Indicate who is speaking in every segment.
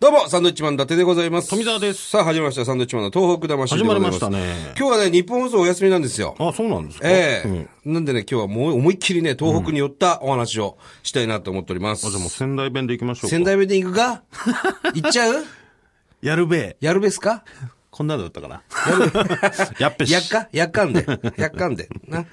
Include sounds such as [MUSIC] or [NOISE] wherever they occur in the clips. Speaker 1: どうも、サンドイッチマン伊達でございます。
Speaker 2: 富澤です。
Speaker 1: さあ、始まりました。サンドイッチマンの東北魂で
Speaker 2: 始
Speaker 1: ご
Speaker 2: ま
Speaker 1: ざ
Speaker 2: り
Speaker 1: いま。
Speaker 2: ますした。ね。
Speaker 1: 今日はね、日本放送お休みなんですよ。
Speaker 2: あ、そうなんですか
Speaker 1: ええ
Speaker 2: うん
Speaker 1: なんでね、今日はもう思いっきりね、東北に寄ったお話をしたいなと思っております。
Speaker 2: あ、じゃあもう仙台弁で行きましょうか。
Speaker 1: 仙台弁で行くか行っちゃう
Speaker 2: やるべえ。
Speaker 1: やるべすか
Speaker 2: こんなのだったかな。やっべし。
Speaker 1: やっかやっかんで。 [LAUGHS] やっかんで。な。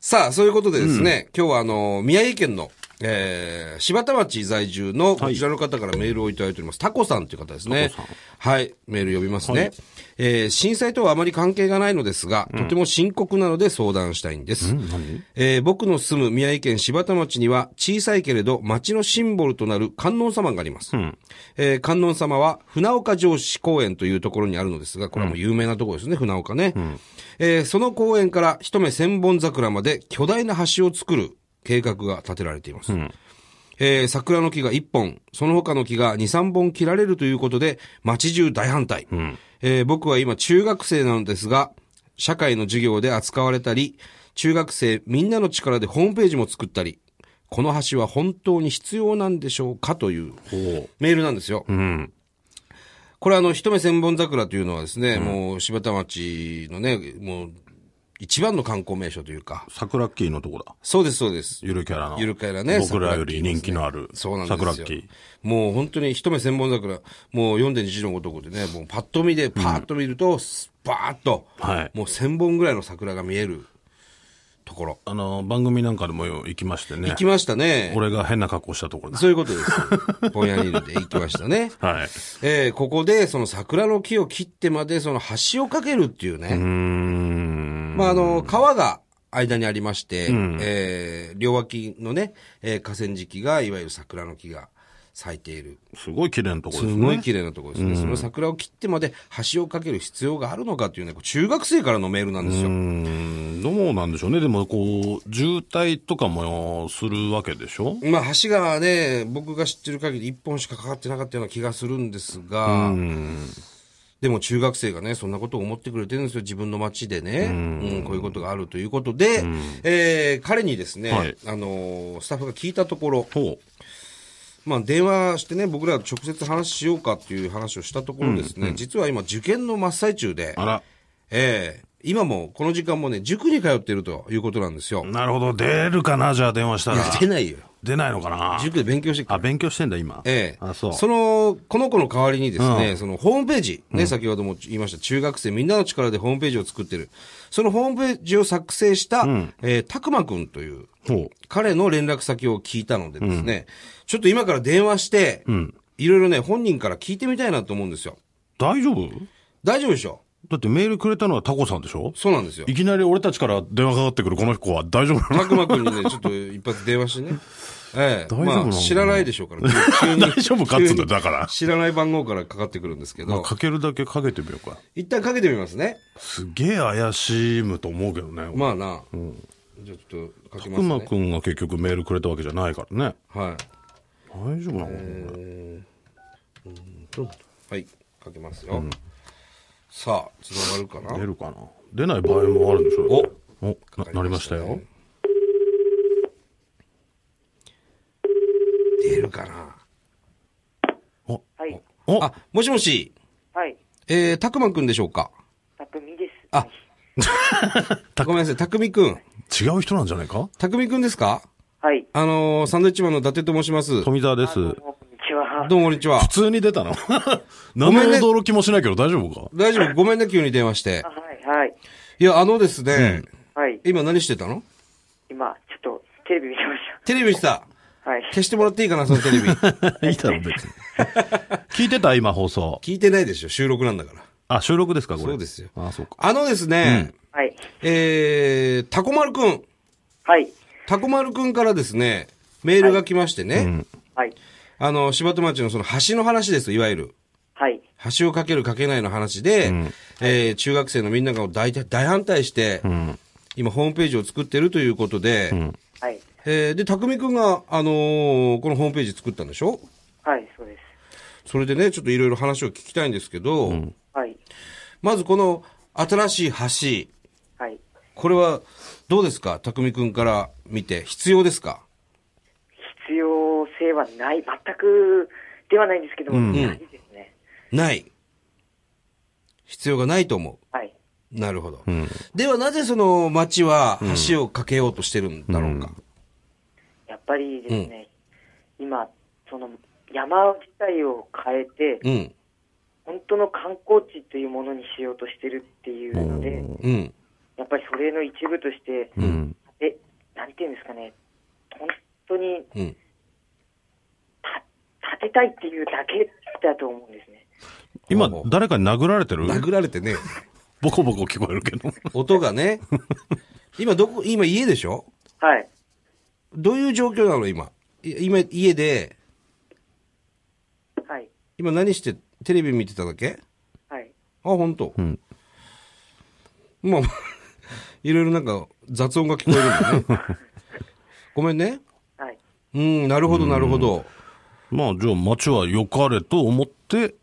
Speaker 1: さあ、そういうことでですね、今日はあの、宮城県の、えー、柴田町在住のこちらの方からメールをいただいております。タコさんという方ですね
Speaker 2: タコさ。
Speaker 1: はい、メール読みますね。
Speaker 2: はい
Speaker 1: えー震災とはあまり関係がないのですが、とても深刻なので相談したいんです。えー僕の住む宮城県柴田町には小さいけれど町のシンボルとなる観音様があります。えー観音様は船岡城址公園というところにあるのですが、これはもう有名なところですね、船岡ね。えーその公園から一目千本桜まで巨大な橋を作る計画が立てられています。えー桜の木が1本、その他の木が2、3本切られるということで、町中大反対。えー僕は今中学生なのですが、社会の授業で扱われたり、中学生みんなの力でホームページも作ったり、この橋は本当に必要なんでしょうかという
Speaker 2: ほ
Speaker 1: メールなんですよ。
Speaker 2: う。うん。
Speaker 1: これあの、一目千本桜というのはですね、もう柴田町のね、もう一番の観光名所というか、
Speaker 2: 桜っきーのとこだ。
Speaker 1: そうです、そうです。
Speaker 2: ゆるキャラの。
Speaker 1: ゆるキャラね
Speaker 2: 僕らより人気のある。
Speaker 1: そうなんですよ。
Speaker 2: 桜っきー。
Speaker 1: もう本当に一目千本桜、もう読んで日のごとくでね、もうパッと見で、パーッと見ると、スパーッと、
Speaker 2: はい
Speaker 1: もう千本ぐらいの桜が見えるところ。
Speaker 2: あの、番組なんかでも行きましてね
Speaker 1: 行。きましたね。
Speaker 2: 俺が変な格好したところだ。
Speaker 1: そういうこと
Speaker 2: [LAUGHS]
Speaker 1: です。ぼんやりで行きましたね。
Speaker 2: はい。
Speaker 1: えーここで、その桜の木を切ってまで、その橋を架けるっていうね。
Speaker 2: うーん。
Speaker 1: まあ、あの、川が間にありまして、えー両脇のね、えー河川敷が、いわゆる桜の木が咲いている。
Speaker 2: すごい綺麗なところですす
Speaker 1: ごい
Speaker 2: ね。
Speaker 1: 綺麗なところですね。その桜を切ってまで橋を架ける必要があるのかというね、これ中学生からのメールなんです
Speaker 2: うー
Speaker 1: よ。
Speaker 2: ん。どうなんでしょうね。でも、こう、渋滞とかもするわけでしょ
Speaker 1: まあ橋がね、僕が知ってる限り一本しかかかってなかったような気がするんですが、でも中学生がね、そんなことを思ってくれてるんですよ。自分の街でね。うんこういうことがあるということで、えー彼にですね、
Speaker 2: はい
Speaker 1: あのースタッフが聞いたところ、
Speaker 2: ほ
Speaker 1: まあ、電話してね、僕ら直接話しようかっていう話をしたところですね、実は今、受験の真っ最中で
Speaker 2: う。、あら。
Speaker 1: ええ今も、この時間もね、塾に通っているということなんですよ。
Speaker 2: なるほど。出るかなじゃあ電話した
Speaker 1: い
Speaker 2: ら
Speaker 1: や。出ないよ。
Speaker 2: 出ないのかな
Speaker 1: 塾で勉強してくる
Speaker 2: あ、勉強してんだ、今。
Speaker 1: ええ
Speaker 2: あ、そう。
Speaker 1: の、この子の代わりにですね、
Speaker 2: う
Speaker 1: そのホームページ、ね、先ほども言いました、中学生みんなの力でホームページを作ってる。そのホームページを作成した、えーたくまくんという、
Speaker 2: ほ
Speaker 1: 彼の連絡先を聞いたのでですね、ちょっと今から電話して、いろいろね、本人から聞いてみたいなと思うんですよ。
Speaker 2: 大丈夫
Speaker 1: 大丈夫でしょ
Speaker 2: だってメールくれたのはタコさんでしょ
Speaker 1: そうなんですよ
Speaker 2: い。きなり俺たちから電話かかってくるこの子は大丈夫
Speaker 1: [LAUGHS]
Speaker 2: なの
Speaker 1: たくまくんにね、ちょっと一発電話してね。ええ。
Speaker 2: 丈夫なの
Speaker 1: まあ、知らないでしょうから、急に
Speaker 2: 大丈夫かっつう
Speaker 1: 急
Speaker 2: んだよ
Speaker 1: に
Speaker 2: だから
Speaker 1: 知らない番号からかかってくるんですけど、
Speaker 2: かけるだけかけてみようか。
Speaker 1: 一旦かけてみますね。
Speaker 2: すげえ怪しむと思うけどね。
Speaker 1: まあな。じゃあちょっとかけます
Speaker 2: くま
Speaker 1: ね。
Speaker 2: くんが結局メールくれたわけじゃないからね。
Speaker 1: はい。
Speaker 2: 大丈夫なの、
Speaker 1: はい。かけますよ。さあ、つながるかな
Speaker 2: 出るかな出ない場合もあるんでしょうねおななりましたよ。
Speaker 1: 出るかな
Speaker 3: はい。
Speaker 2: お
Speaker 1: あ、もしもし、
Speaker 3: はい。
Speaker 1: えー、たくまくんでしょうか
Speaker 3: 匠です。
Speaker 1: あごめんなさい、たくみくん。
Speaker 2: 違う人なんじゃないか
Speaker 1: たくみくんですか
Speaker 3: はい。
Speaker 1: あのー、サンドウィッチマンの伊達と申します。ど
Speaker 2: 富澤です。
Speaker 3: どうもこんにちは。
Speaker 1: うもこんにちは
Speaker 2: 普。通に出たの [LAUGHS]
Speaker 1: ご
Speaker 2: 何の
Speaker 1: めんね
Speaker 2: 驚きもしないけど大丈夫か
Speaker 1: 大丈夫ごめんね、急に電話して
Speaker 3: あ。はい、はい。
Speaker 1: いや、あのですね、
Speaker 3: はい。
Speaker 1: 今何してたの
Speaker 3: 今、ちょっと、テレビ見てまし
Speaker 1: テレビした。
Speaker 3: [LAUGHS] た。はい。
Speaker 1: 消してもらっていいかな、そのテレビ。
Speaker 2: [LAUGHS] いいだろ、別に。聞いてた今、放送。
Speaker 1: 聞いてないでしょ、収録なんだから。
Speaker 2: あ、収録ですか、これ。
Speaker 1: そうですよ
Speaker 2: あ、そうか。
Speaker 1: あのですね、
Speaker 3: はい。
Speaker 1: えー、タコマルくん。
Speaker 3: はい。
Speaker 1: タコマルくんからですね、メールが来ましてね、
Speaker 3: はい。
Speaker 1: あの、柴田町のその橋の話です、いわゆる。
Speaker 3: はい。
Speaker 1: 橋を架ける架けないの話で、えー中学生のみんなが大体大反対して、今ホームページを作ってるということで、
Speaker 3: はい。
Speaker 1: えーで、匠くんが、あのーこのホームページ作ったんでしょ
Speaker 3: はい、そうです。
Speaker 1: それでね、ちょっといろいろ話を聞きたいんですけど、
Speaker 3: はい。
Speaker 1: まずこの新しい橋、
Speaker 3: はい。
Speaker 1: これはどうですか匠くんから見て、必要ですか
Speaker 3: 必要性はない、全くではないんですけども、ないです
Speaker 1: ない。必要がないと思
Speaker 3: はい。
Speaker 1: う。なるほど。
Speaker 2: ん
Speaker 1: ではなぜその町は橋を架けようとしてるんだろうか。
Speaker 3: やっぱりですね、今、その山自体を変えて、
Speaker 1: うん。
Speaker 3: 本当の観光地というものにしようとしてるっていうので、
Speaker 1: うん。
Speaker 3: やっぱりそれの一部として、
Speaker 2: うん。
Speaker 3: え、なんていうんですかね、本当に
Speaker 1: うん。
Speaker 3: た建てたいっていうだけだと思うんですね。
Speaker 2: 今
Speaker 1: ほうほ、う
Speaker 2: 誰かに殴られてる
Speaker 1: 殴られてね、
Speaker 2: ボコボコ聞こえ
Speaker 1: [LAUGHS]
Speaker 2: るけど。
Speaker 1: 音がね。今どこ、今家でしょ
Speaker 3: はい。
Speaker 1: どういう状況なの今。い今家で、
Speaker 3: はい。
Speaker 1: 今何してテレビ見てただけ
Speaker 3: はい。
Speaker 1: あ、本当。
Speaker 2: ん
Speaker 1: まあ、 [LAUGHS] いろいろなんか雑音が聞こえるんだね。 [LAUGHS] ごめんね。
Speaker 3: はい。
Speaker 1: うん、なるほど、なるほど。
Speaker 2: まあ、じゃあ街は良かれと思って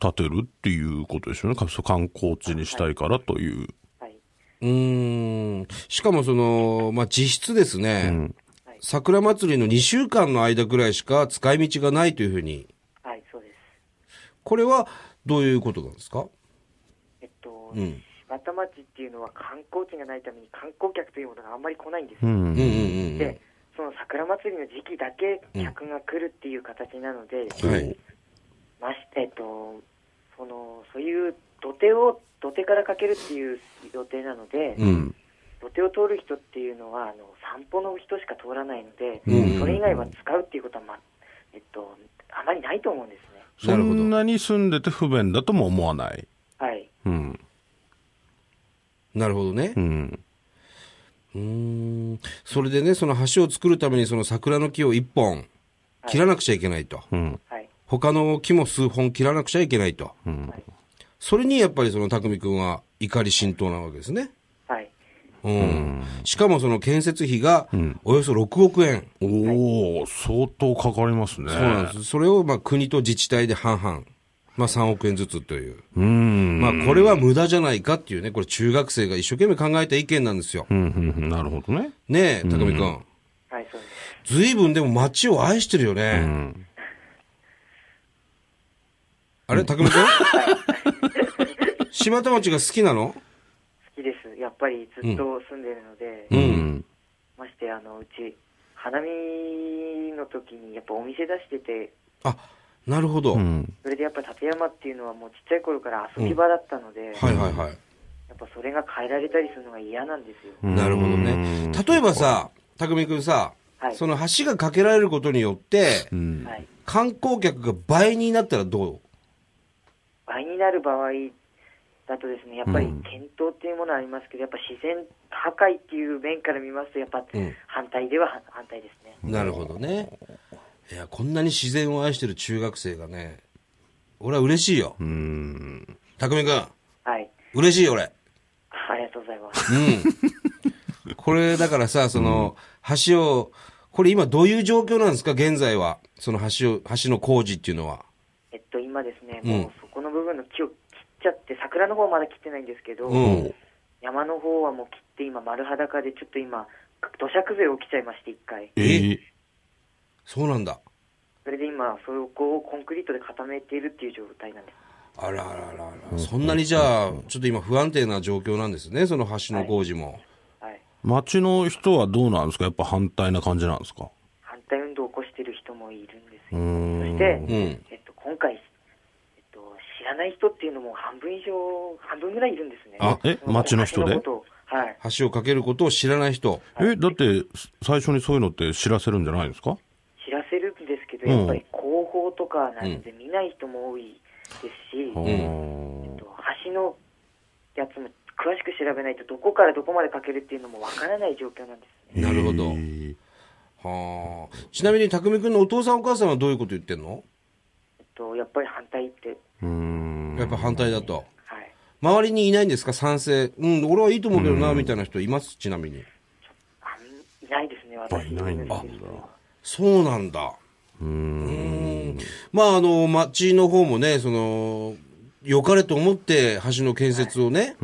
Speaker 2: 建てるっていうことですよね。かそう観光地にしたいからという。
Speaker 3: はい。
Speaker 1: うーん。しかもその、まあ、実質ですね、
Speaker 3: はい
Speaker 1: 桜祭りの2週間の間ぐらいしか使い道がないというふうに、
Speaker 3: はい。そうです。
Speaker 1: これはどういうことなんですか
Speaker 3: えっと、
Speaker 1: うん
Speaker 3: 柴田町っていうのは観光地がないために観光客というものがあんまり来ないんです
Speaker 2: う
Speaker 3: よ。
Speaker 1: うんんうん
Speaker 3: で、その桜祭りの時期だけ客が来るっていう形なので、
Speaker 1: うんうん。はい。
Speaker 3: まして、えっと、その、そういう土手を、土手からかけるっていう予定なので、
Speaker 1: うん。
Speaker 3: 土手を通る人っていうのは、あの散歩の人しか通らないので、
Speaker 1: うん
Speaker 3: それ以外は使うっていうことは、まえっと、あまりないと思うんですね。
Speaker 2: そ
Speaker 1: なるほど
Speaker 2: んなに住んでて不便だとも思わない。
Speaker 3: はい。
Speaker 2: うん。
Speaker 1: なるほどね
Speaker 2: う。ん。
Speaker 1: うーん。それでね、その橋を作るためにその桜の木を1本切らなくちゃいけないと。
Speaker 2: うん。
Speaker 3: はい。
Speaker 1: 他の木も数本切らなくちゃいけないと。
Speaker 3: はい。
Speaker 1: それにやっぱりその匠くんは怒り浸透なわけですね。
Speaker 3: はい。
Speaker 1: うん。しかもその建設費がおよそ6億円。
Speaker 2: おお、相当かかりますね。
Speaker 1: そうなんです。それをまあ国と自治体で半々。まあ3億円ずつという。
Speaker 2: うん。
Speaker 1: まあこれは無駄じゃないかっていうね、これ中学生が一生懸命考えた意見なんですよ。
Speaker 2: うん、うん、うんなるほどね。
Speaker 1: ねえ、高見くん。
Speaker 3: はい、そうです。
Speaker 1: ずいぶんでも街を愛してるよね。
Speaker 2: うん。
Speaker 1: あれ高見くん [LAUGHS] 島田町が好きなの
Speaker 3: 好きです。やっぱりずっと住んでるので、
Speaker 1: うん
Speaker 2: うん。
Speaker 3: まして、あの、うち、花見の時にやっぱお店出してて、
Speaker 1: あ、なるほど。
Speaker 2: うん。
Speaker 3: それでやっぱ立山っていうのはもうちっちゃい頃から遊び場だったので、
Speaker 1: はいはいはい。
Speaker 3: やっぱそれが変えられたりするのが嫌なんですよ。
Speaker 1: なるほどね。例えばさ、匠くんさ、
Speaker 3: はい
Speaker 1: その橋が架けられることによって
Speaker 2: う、ん。
Speaker 3: はい。
Speaker 1: 観光客が倍になったらど
Speaker 3: 倍になる場合だとですね、やっぱり
Speaker 2: うん
Speaker 3: 検討っていうものはありますけど、やっぱ自然破壊っていう面から見ますと、やっぱ
Speaker 1: うん
Speaker 3: 反対では反反対ですね。
Speaker 1: うなるほどね。いや、こんなに自然を愛してる中学生がね、俺は嬉しいよ。
Speaker 2: うん。
Speaker 1: 匠くん、
Speaker 3: はい。
Speaker 1: 嬉しいよ俺。
Speaker 3: ありがとうございます。
Speaker 1: うん。これだからさ、その、橋を、これ今どういう状況なんですか現在は。その橋を、橋の工事っていうのは。
Speaker 3: えっと、今ですね、
Speaker 1: うん
Speaker 3: もうそこの部分の木を切っちゃって、桜の方はまだ切ってないんですけど、
Speaker 1: うん。
Speaker 3: 山の方はもう切って、今、丸裸で、ちょっと今、土砂崩れ起きちゃいまして、一回。
Speaker 1: え
Speaker 2: え
Speaker 1: そうなんだ。
Speaker 3: それで今、そこをコンクリートで固めているっていう状態なんです。
Speaker 1: あらあらあらあら。そんなにじゃあ、ちょっと今不安定な状況なんですね、その橋の工事も。
Speaker 3: はい。
Speaker 2: 街の人はどうなんですかやっぱ反対な感じなんですか
Speaker 3: 反対運動を起こしてる人もいるんですよ。
Speaker 2: ん
Speaker 3: そして、
Speaker 1: ん
Speaker 3: えっと、今回、えっと、知らない人っていうのも半分以上、半分ぐらいいるんですね。
Speaker 2: あえ
Speaker 3: そ
Speaker 2: 街の人で
Speaker 3: 街ことをはい。
Speaker 1: 橋を架けることを知らない人。
Speaker 2: え、だって、最初にそういうのって知らせるんじゃないんですか
Speaker 3: 知らせるんですけど、
Speaker 2: うん
Speaker 3: やっぱり広報とかなんで見ない人も多いですし、
Speaker 2: あ
Speaker 3: えっ
Speaker 2: ー
Speaker 3: と、橋のやつも詳しく調べないと、どこからどこまでかけるっていうのもわからない状況なんですね。
Speaker 1: なるほど
Speaker 2: へー
Speaker 1: はあ。ちなみに、匠くんのお父さんお母さんはどういうこと言ってんの
Speaker 3: えっと、やっぱり反対って、
Speaker 2: うーん。
Speaker 1: やっぱ反対だと。
Speaker 3: はい。
Speaker 1: 周りにいないんですか賛成。うん、俺はいいと思うけどな、みたいな人いますちなみに。
Speaker 3: あんいないですね、
Speaker 2: ぱ
Speaker 3: 私
Speaker 2: いないんだ
Speaker 3: ですけど
Speaker 1: そうなんだ。
Speaker 2: うーん。
Speaker 1: うん。まあ、あの、町の方もね、その、良かれと思って橋の建設をね、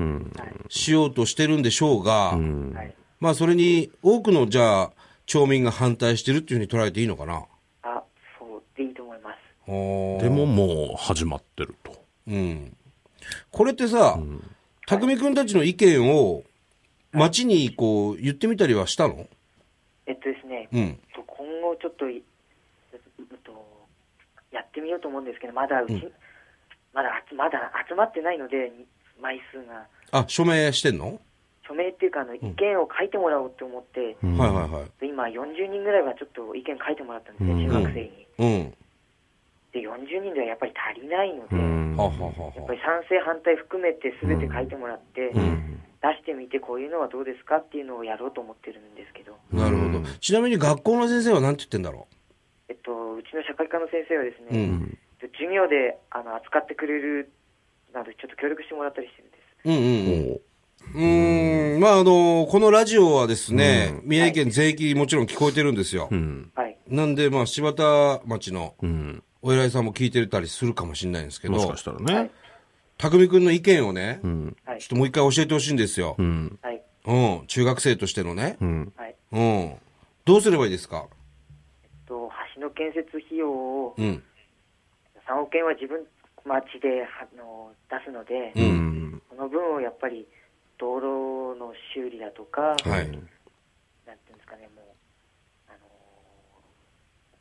Speaker 1: しようとしてるんでしょうが、
Speaker 3: はい。
Speaker 1: まあ、それに多くの、じゃあ、町民が反対してるっていうふうに捉えていいのかな
Speaker 3: あ、そうでいいと思います。
Speaker 2: でももう始まってると。
Speaker 1: うん。これってさ、匠くんたちの意見を、町にこう、言ってみたりはしたの
Speaker 3: えっとですね、
Speaker 1: うん。
Speaker 3: と今後ちょっとい、えっと、やってみようと思うんですけど、まだうち、
Speaker 1: うん
Speaker 3: まだ集まだ集まってないので、枚数が、
Speaker 1: あ、署名してんの、
Speaker 3: 署名っていうかあの、意見を書いてもらおうと思って、
Speaker 2: うん
Speaker 1: はいはいはい。
Speaker 3: 今、40人ぐらいはちょっと意見書いてもらったんですね、
Speaker 2: うん
Speaker 3: 中学生に。
Speaker 1: うん。
Speaker 3: で、40人ではやっぱり足りないので、
Speaker 2: うん
Speaker 1: はあはあはあは
Speaker 3: やっぱり賛成、反対含めて、すべて書いてもらって、
Speaker 1: ん
Speaker 3: 出してみて、こういうのはどうですかっていうのをやろうと思ってるんですけど、
Speaker 1: あ。なるほど。ちなみに学校の先生は何て言ってんだろ
Speaker 3: えっと、うちの社会科の先生はです
Speaker 1: う。う
Speaker 3: ね、
Speaker 1: ん。
Speaker 3: 授業であの扱ってくれるなど、ちょっと協力してもらったりしてるんです。
Speaker 1: うんうんうん。うーん。まあ、あの、このラジオはですね、宮城県全域もちろん聞こえてるんですよ。
Speaker 2: うん。
Speaker 3: はい、
Speaker 1: なんで、まあ、柴田町の
Speaker 2: うん。
Speaker 1: お偉いさんも聞いてたりするかもしれないんですけ
Speaker 2: もしか
Speaker 1: ど
Speaker 2: し、たらね。
Speaker 1: 匠くんの意見をね、
Speaker 2: うん。
Speaker 3: はい
Speaker 1: ちょっ、ともう一回教えてほしいんですよ
Speaker 2: う。ん。
Speaker 3: はい、
Speaker 1: うん。中学生としてのね。
Speaker 2: うん。
Speaker 3: はい。
Speaker 1: うん。どうすればいいですか
Speaker 3: と橋の建設費用を
Speaker 1: うん。
Speaker 3: 3億円は自分町ではあの出すので、
Speaker 1: うん
Speaker 2: うん。
Speaker 3: その分をやっぱり道路の修理だと
Speaker 1: は
Speaker 3: か、
Speaker 1: い。
Speaker 3: なんていうんですかね、もう、あのーやっ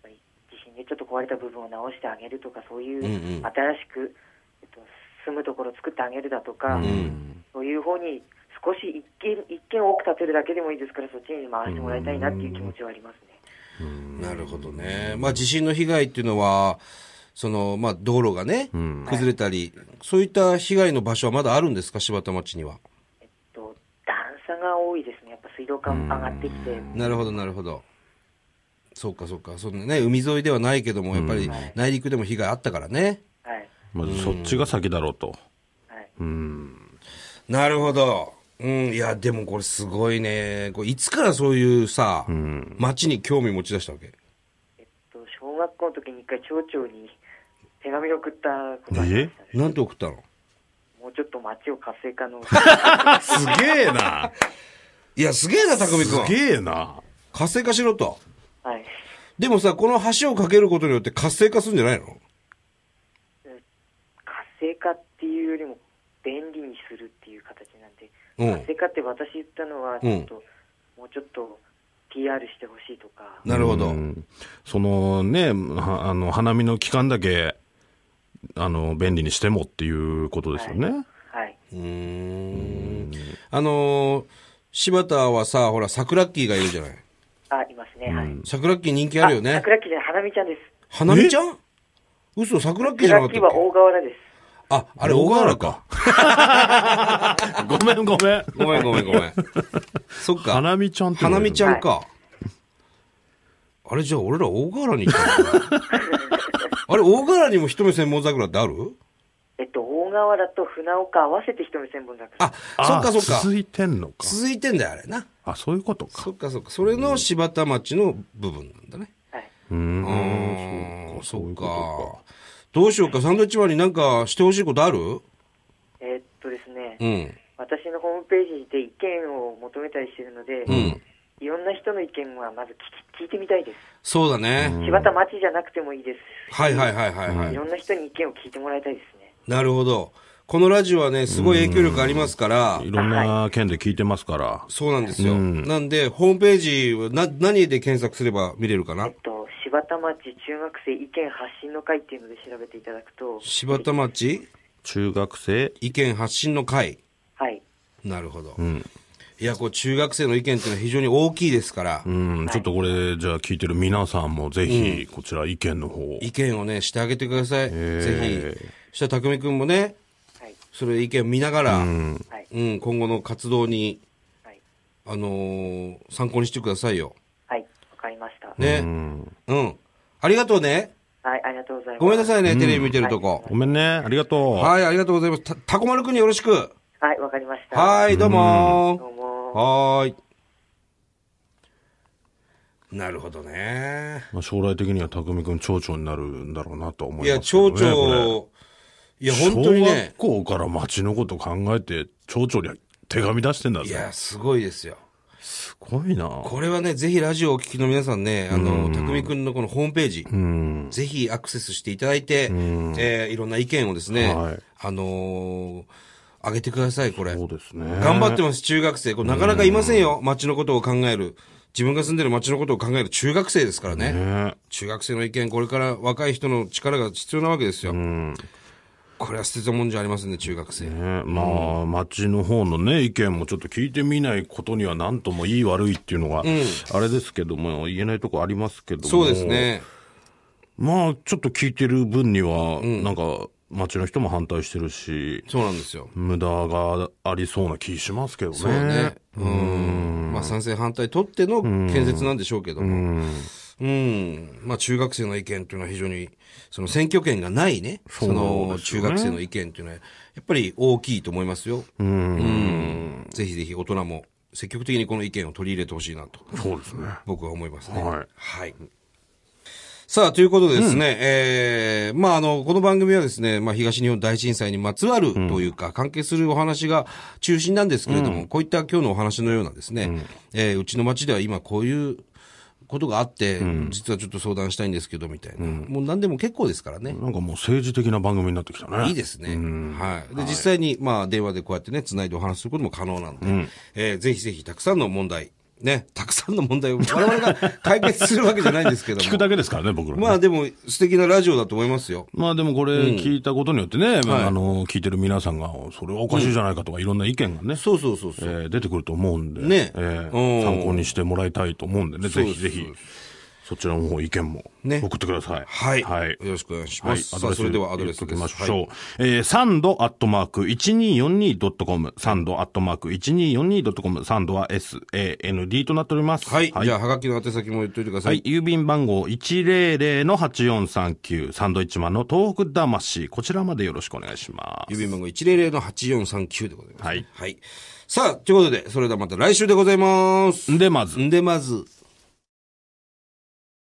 Speaker 3: ぱり地震でちょっと壊れた部分を直してあげるとか、そうい
Speaker 1: う
Speaker 3: う
Speaker 1: んうん
Speaker 3: 新しく、えっと、住むところを作ってあげるだとか、
Speaker 2: うん。
Speaker 3: そういう方に少し一軒一軒多く建てるだけでもいいですから、そっちに回してもらいたいなっていう気持ちはありますね。
Speaker 1: なるほどね。まあ、地震の被害っていうのは、その、まあ、道路がね、
Speaker 2: ん
Speaker 1: 崩れたり、そういった被害の場所はまだあるんですか柴田町には。
Speaker 3: えっと、段差が多いですね、やっぱ水道管上がってきて、
Speaker 1: なるほど、なるほど。そうか、そうか。そのね、海沿いではないけども、やっぱり内陸でも被害あったからね。
Speaker 3: はい、
Speaker 2: まずそっちが先だろうと。
Speaker 3: はい、
Speaker 2: うん。
Speaker 1: なるほど。うん、いや、でもこれすごいね。これいつからそういうさ、
Speaker 2: ん
Speaker 1: 町に興味持ち出したわけ
Speaker 3: えっと、小学校の時に一回町長に手紙を送ったことがありましたね。
Speaker 1: なんて送ったの
Speaker 3: もうちょっと町を活性化
Speaker 2: [LAUGHS]
Speaker 3: の。
Speaker 2: すげえな。
Speaker 1: いや、すげえな、匠
Speaker 2: す
Speaker 1: 君。
Speaker 2: げえな。
Speaker 1: 活性化しろと。
Speaker 3: はい。
Speaker 1: でもさ、この橋を架けることによって活性化するんじゃないの
Speaker 3: 活性化っていうよりも便利にするっていう形なんで、
Speaker 1: うん
Speaker 3: 活性化って私言ったのは、ちょっと、もうちょっと PR してほしいとか、
Speaker 1: なるほど。
Speaker 2: うんそのね、はあの、花見の期間だけ、あの、便利にしてもっていうことですよね。
Speaker 3: はい。
Speaker 1: うーん。あのー、柴田はさ、ほら、桜木がいるじゃない。
Speaker 3: あ、いますね。はい。
Speaker 1: 桜木人気あるよ
Speaker 3: あ
Speaker 1: ね。
Speaker 3: 桜木じゃない、花見ちゃんです。
Speaker 1: 花見ちゃん嘘、桜木じゃな
Speaker 3: 桜
Speaker 1: かっ
Speaker 3: 木
Speaker 1: た
Speaker 3: は
Speaker 1: っ
Speaker 3: 大河原です。
Speaker 1: けあ、あれ、小川原か。
Speaker 2: か。ごめんごめん。
Speaker 1: ごめんごめんごめん。そっか。
Speaker 2: [LAUGHS] 花見ちゃんって
Speaker 1: 花見ちゃんか。
Speaker 3: は
Speaker 1: あれじゃあ俺ら大河原に行ったのかな [LAUGHS] あれ大河原にも一目専門桜ってある
Speaker 3: えっと、大河原と船岡合わせて一目千本桜。
Speaker 1: あ、そっかそっか。
Speaker 2: 続いてんのか。
Speaker 1: 続いてんだよ、あれな。
Speaker 2: あ、そういうことか。
Speaker 1: そっかそっか。それの柴田町の部分なんだね。
Speaker 3: はい。
Speaker 2: うー
Speaker 1: うー
Speaker 2: ん
Speaker 1: ん、そ
Speaker 2: いうこ
Speaker 1: か
Speaker 2: と。
Speaker 1: どうしようか。サンドウィッチマンになんかしてほしいことある
Speaker 3: えっとですね、
Speaker 1: うん。
Speaker 3: 私のホームページで意見を求めたりしてるので、
Speaker 1: うん。
Speaker 3: いろんな人の意見はまず聞き聞いてみたいです。
Speaker 1: そうだね。
Speaker 3: 柴田町じゃなくてもいいです。
Speaker 1: はいはいはいはいはい
Speaker 3: いろんな人に意見を聞いてもらいたいですね。
Speaker 1: なるほど。このラジオはね、すごい影響力ありますから
Speaker 2: か。い、ろんな県で聞いてますから。
Speaker 1: そうなんですよ。
Speaker 2: うん
Speaker 1: なんで、ホームページはな、何で検索すれば見れるかな
Speaker 3: えっと、柴田町中学生意見発信の会っていうので調べていただくと、
Speaker 1: 柴田町
Speaker 2: 中学生、
Speaker 1: 意見発信の会。
Speaker 3: はい。
Speaker 1: なるほど。
Speaker 2: ん
Speaker 1: いや、こう、中学生の意見っていうのは非常に大きいですから、
Speaker 2: うん、ちょっとこれ、じゃあ聞いてる皆さんもぜひ、こちら意見の方を。
Speaker 1: 意見をね、してあげてください。
Speaker 2: ー
Speaker 1: ぜひ。そしたら、匠くんもね、
Speaker 3: はい。
Speaker 1: それ意見を見ながら、うん、
Speaker 3: はい。
Speaker 1: 今後の活動に、
Speaker 3: はい。
Speaker 1: あのー参考にしてくださいよ。
Speaker 3: はい。わかりました。
Speaker 2: う
Speaker 1: ね。
Speaker 2: ん
Speaker 1: うん。ありがとうね。
Speaker 3: はい。ありがとうございます。
Speaker 1: ごめんなさ
Speaker 3: い。
Speaker 1: いね、テレビ見てるとこ。
Speaker 2: ごめんね、ありがとう。
Speaker 1: はい、ありがとうございます。た、たこまるくんによろしく。
Speaker 3: はい。わかりました。
Speaker 1: はい、どうもー
Speaker 3: どうも。
Speaker 1: はーい。なるほどね。
Speaker 2: まあ、将来的には匠くん町長になるんだろうなと思
Speaker 1: い
Speaker 2: い
Speaker 1: や、
Speaker 2: ますけど
Speaker 1: 町
Speaker 2: ね。こ
Speaker 1: 長、い
Speaker 2: れ
Speaker 1: や、本当に
Speaker 2: 小
Speaker 1: ね
Speaker 2: 学、校から町のこと考えて、町長に手紙出してんだ
Speaker 1: い
Speaker 2: ぜ。
Speaker 1: や、すごいですよ。
Speaker 2: すごいな。
Speaker 1: これはね、ぜひラジオをお聞きの皆さんね、あ
Speaker 2: う
Speaker 1: の、
Speaker 2: ん
Speaker 1: たくみくんのこのホームページ、
Speaker 2: うん。
Speaker 1: ぜひアクセスしていただいて、
Speaker 2: ん
Speaker 1: えーいろんな意見をですね、
Speaker 2: はい
Speaker 1: あのー上げてください、これ。
Speaker 2: そうですね。
Speaker 1: 頑張ってます、中学生。これなかなかいませんよ、街のことを考える。自分が住んでる街のことを考える中学生ですからね。
Speaker 2: ね。
Speaker 1: 中学生の意見、これから若い人の力が必要なわけですよ。
Speaker 2: うん。
Speaker 1: これは捨てたもんじゃありませんね、中学生。
Speaker 2: ね、まあ、町の方のね、意見もちょっと聞いてみないことには、なんともいい悪いっていうのが、あれですけども、言えないとこありますけども。
Speaker 1: そうです。ね。
Speaker 2: まあ、ちょっと聞いてる分には、なんか、町の人も反対してるし、
Speaker 1: そうなんですよ。
Speaker 2: 無駄がありそうな気しますけどね。
Speaker 1: そうね。うん。まあ賛成反対取っての建設なんでしょうけども。うん。まあ中学生の意見というのは非常に、その選挙権がないね、その中学生の意見というのは、やっぱり大きいと思いますよ。うん。ぜひぜひ大人も積極的にこの意見を取り入れてほしいなと、
Speaker 2: そうですね。
Speaker 1: 僕は思いますね。
Speaker 2: はい
Speaker 1: はい。さあ、ということでですね、えーまあ、あの、この番組はですね、まあ、東日本大震災にまつわるというか、関係するお話が中心なんですけれども、こういった今日のお話のようなですね、うえーうちの町では今こういうことがあって、実はちょっと相談したいんですけど、みたいな、もう何でも結構ですからね。
Speaker 2: なんかもう政治的な番組になってきたね。
Speaker 1: いいですね。はい。で、実際に、まあ、電話でこうやってね、繋いでお話しすることも可能なので、えーぜひぜひ、たくさんの問題、ね、たくさんの問
Speaker 2: [LAUGHS]
Speaker 1: 題を我々が解決するわけじゃないんですけども。
Speaker 2: 聞くだけですからね、僕らね、
Speaker 1: まあでも、素敵なラジオだと思いますよ。
Speaker 2: まあでもこれ聞いたことによってね、まああの、聞いてる皆さんが、それはおかしいじゃないかとか、いろんな意見がね、
Speaker 1: そうそうそう
Speaker 2: え
Speaker 1: そう。
Speaker 2: ー出てくると思うんで、
Speaker 1: ね
Speaker 2: えー
Speaker 1: うん
Speaker 2: 参考にしてもらいたいと思うんでね、
Speaker 1: そう
Speaker 2: ぜ
Speaker 1: です
Speaker 2: ひぜひ、そちらの方意見も
Speaker 1: ね
Speaker 2: 送ってください。
Speaker 1: はい。
Speaker 2: はい。は
Speaker 1: よ
Speaker 2: い
Speaker 1: ろしくお願いします。さあ、それではアドレスです。
Speaker 2: 言っときましょう。
Speaker 1: はい
Speaker 2: えー、サンドアットマーク 1242.com、サンドアットマーク 1242.com、サンドは SAND となっております。
Speaker 1: はい。じゃあ、はがきの宛先も言っといてくださ。
Speaker 2: はいい、郵便番号100-8439、サンドイッチマンの東北魂、こちらまでよろしくお願いします。
Speaker 1: 郵便番号100-8439でございます。
Speaker 2: はい
Speaker 1: はい。さあ、ということで、それではまた来週でございます。
Speaker 2: で、まず。
Speaker 1: んで、まず。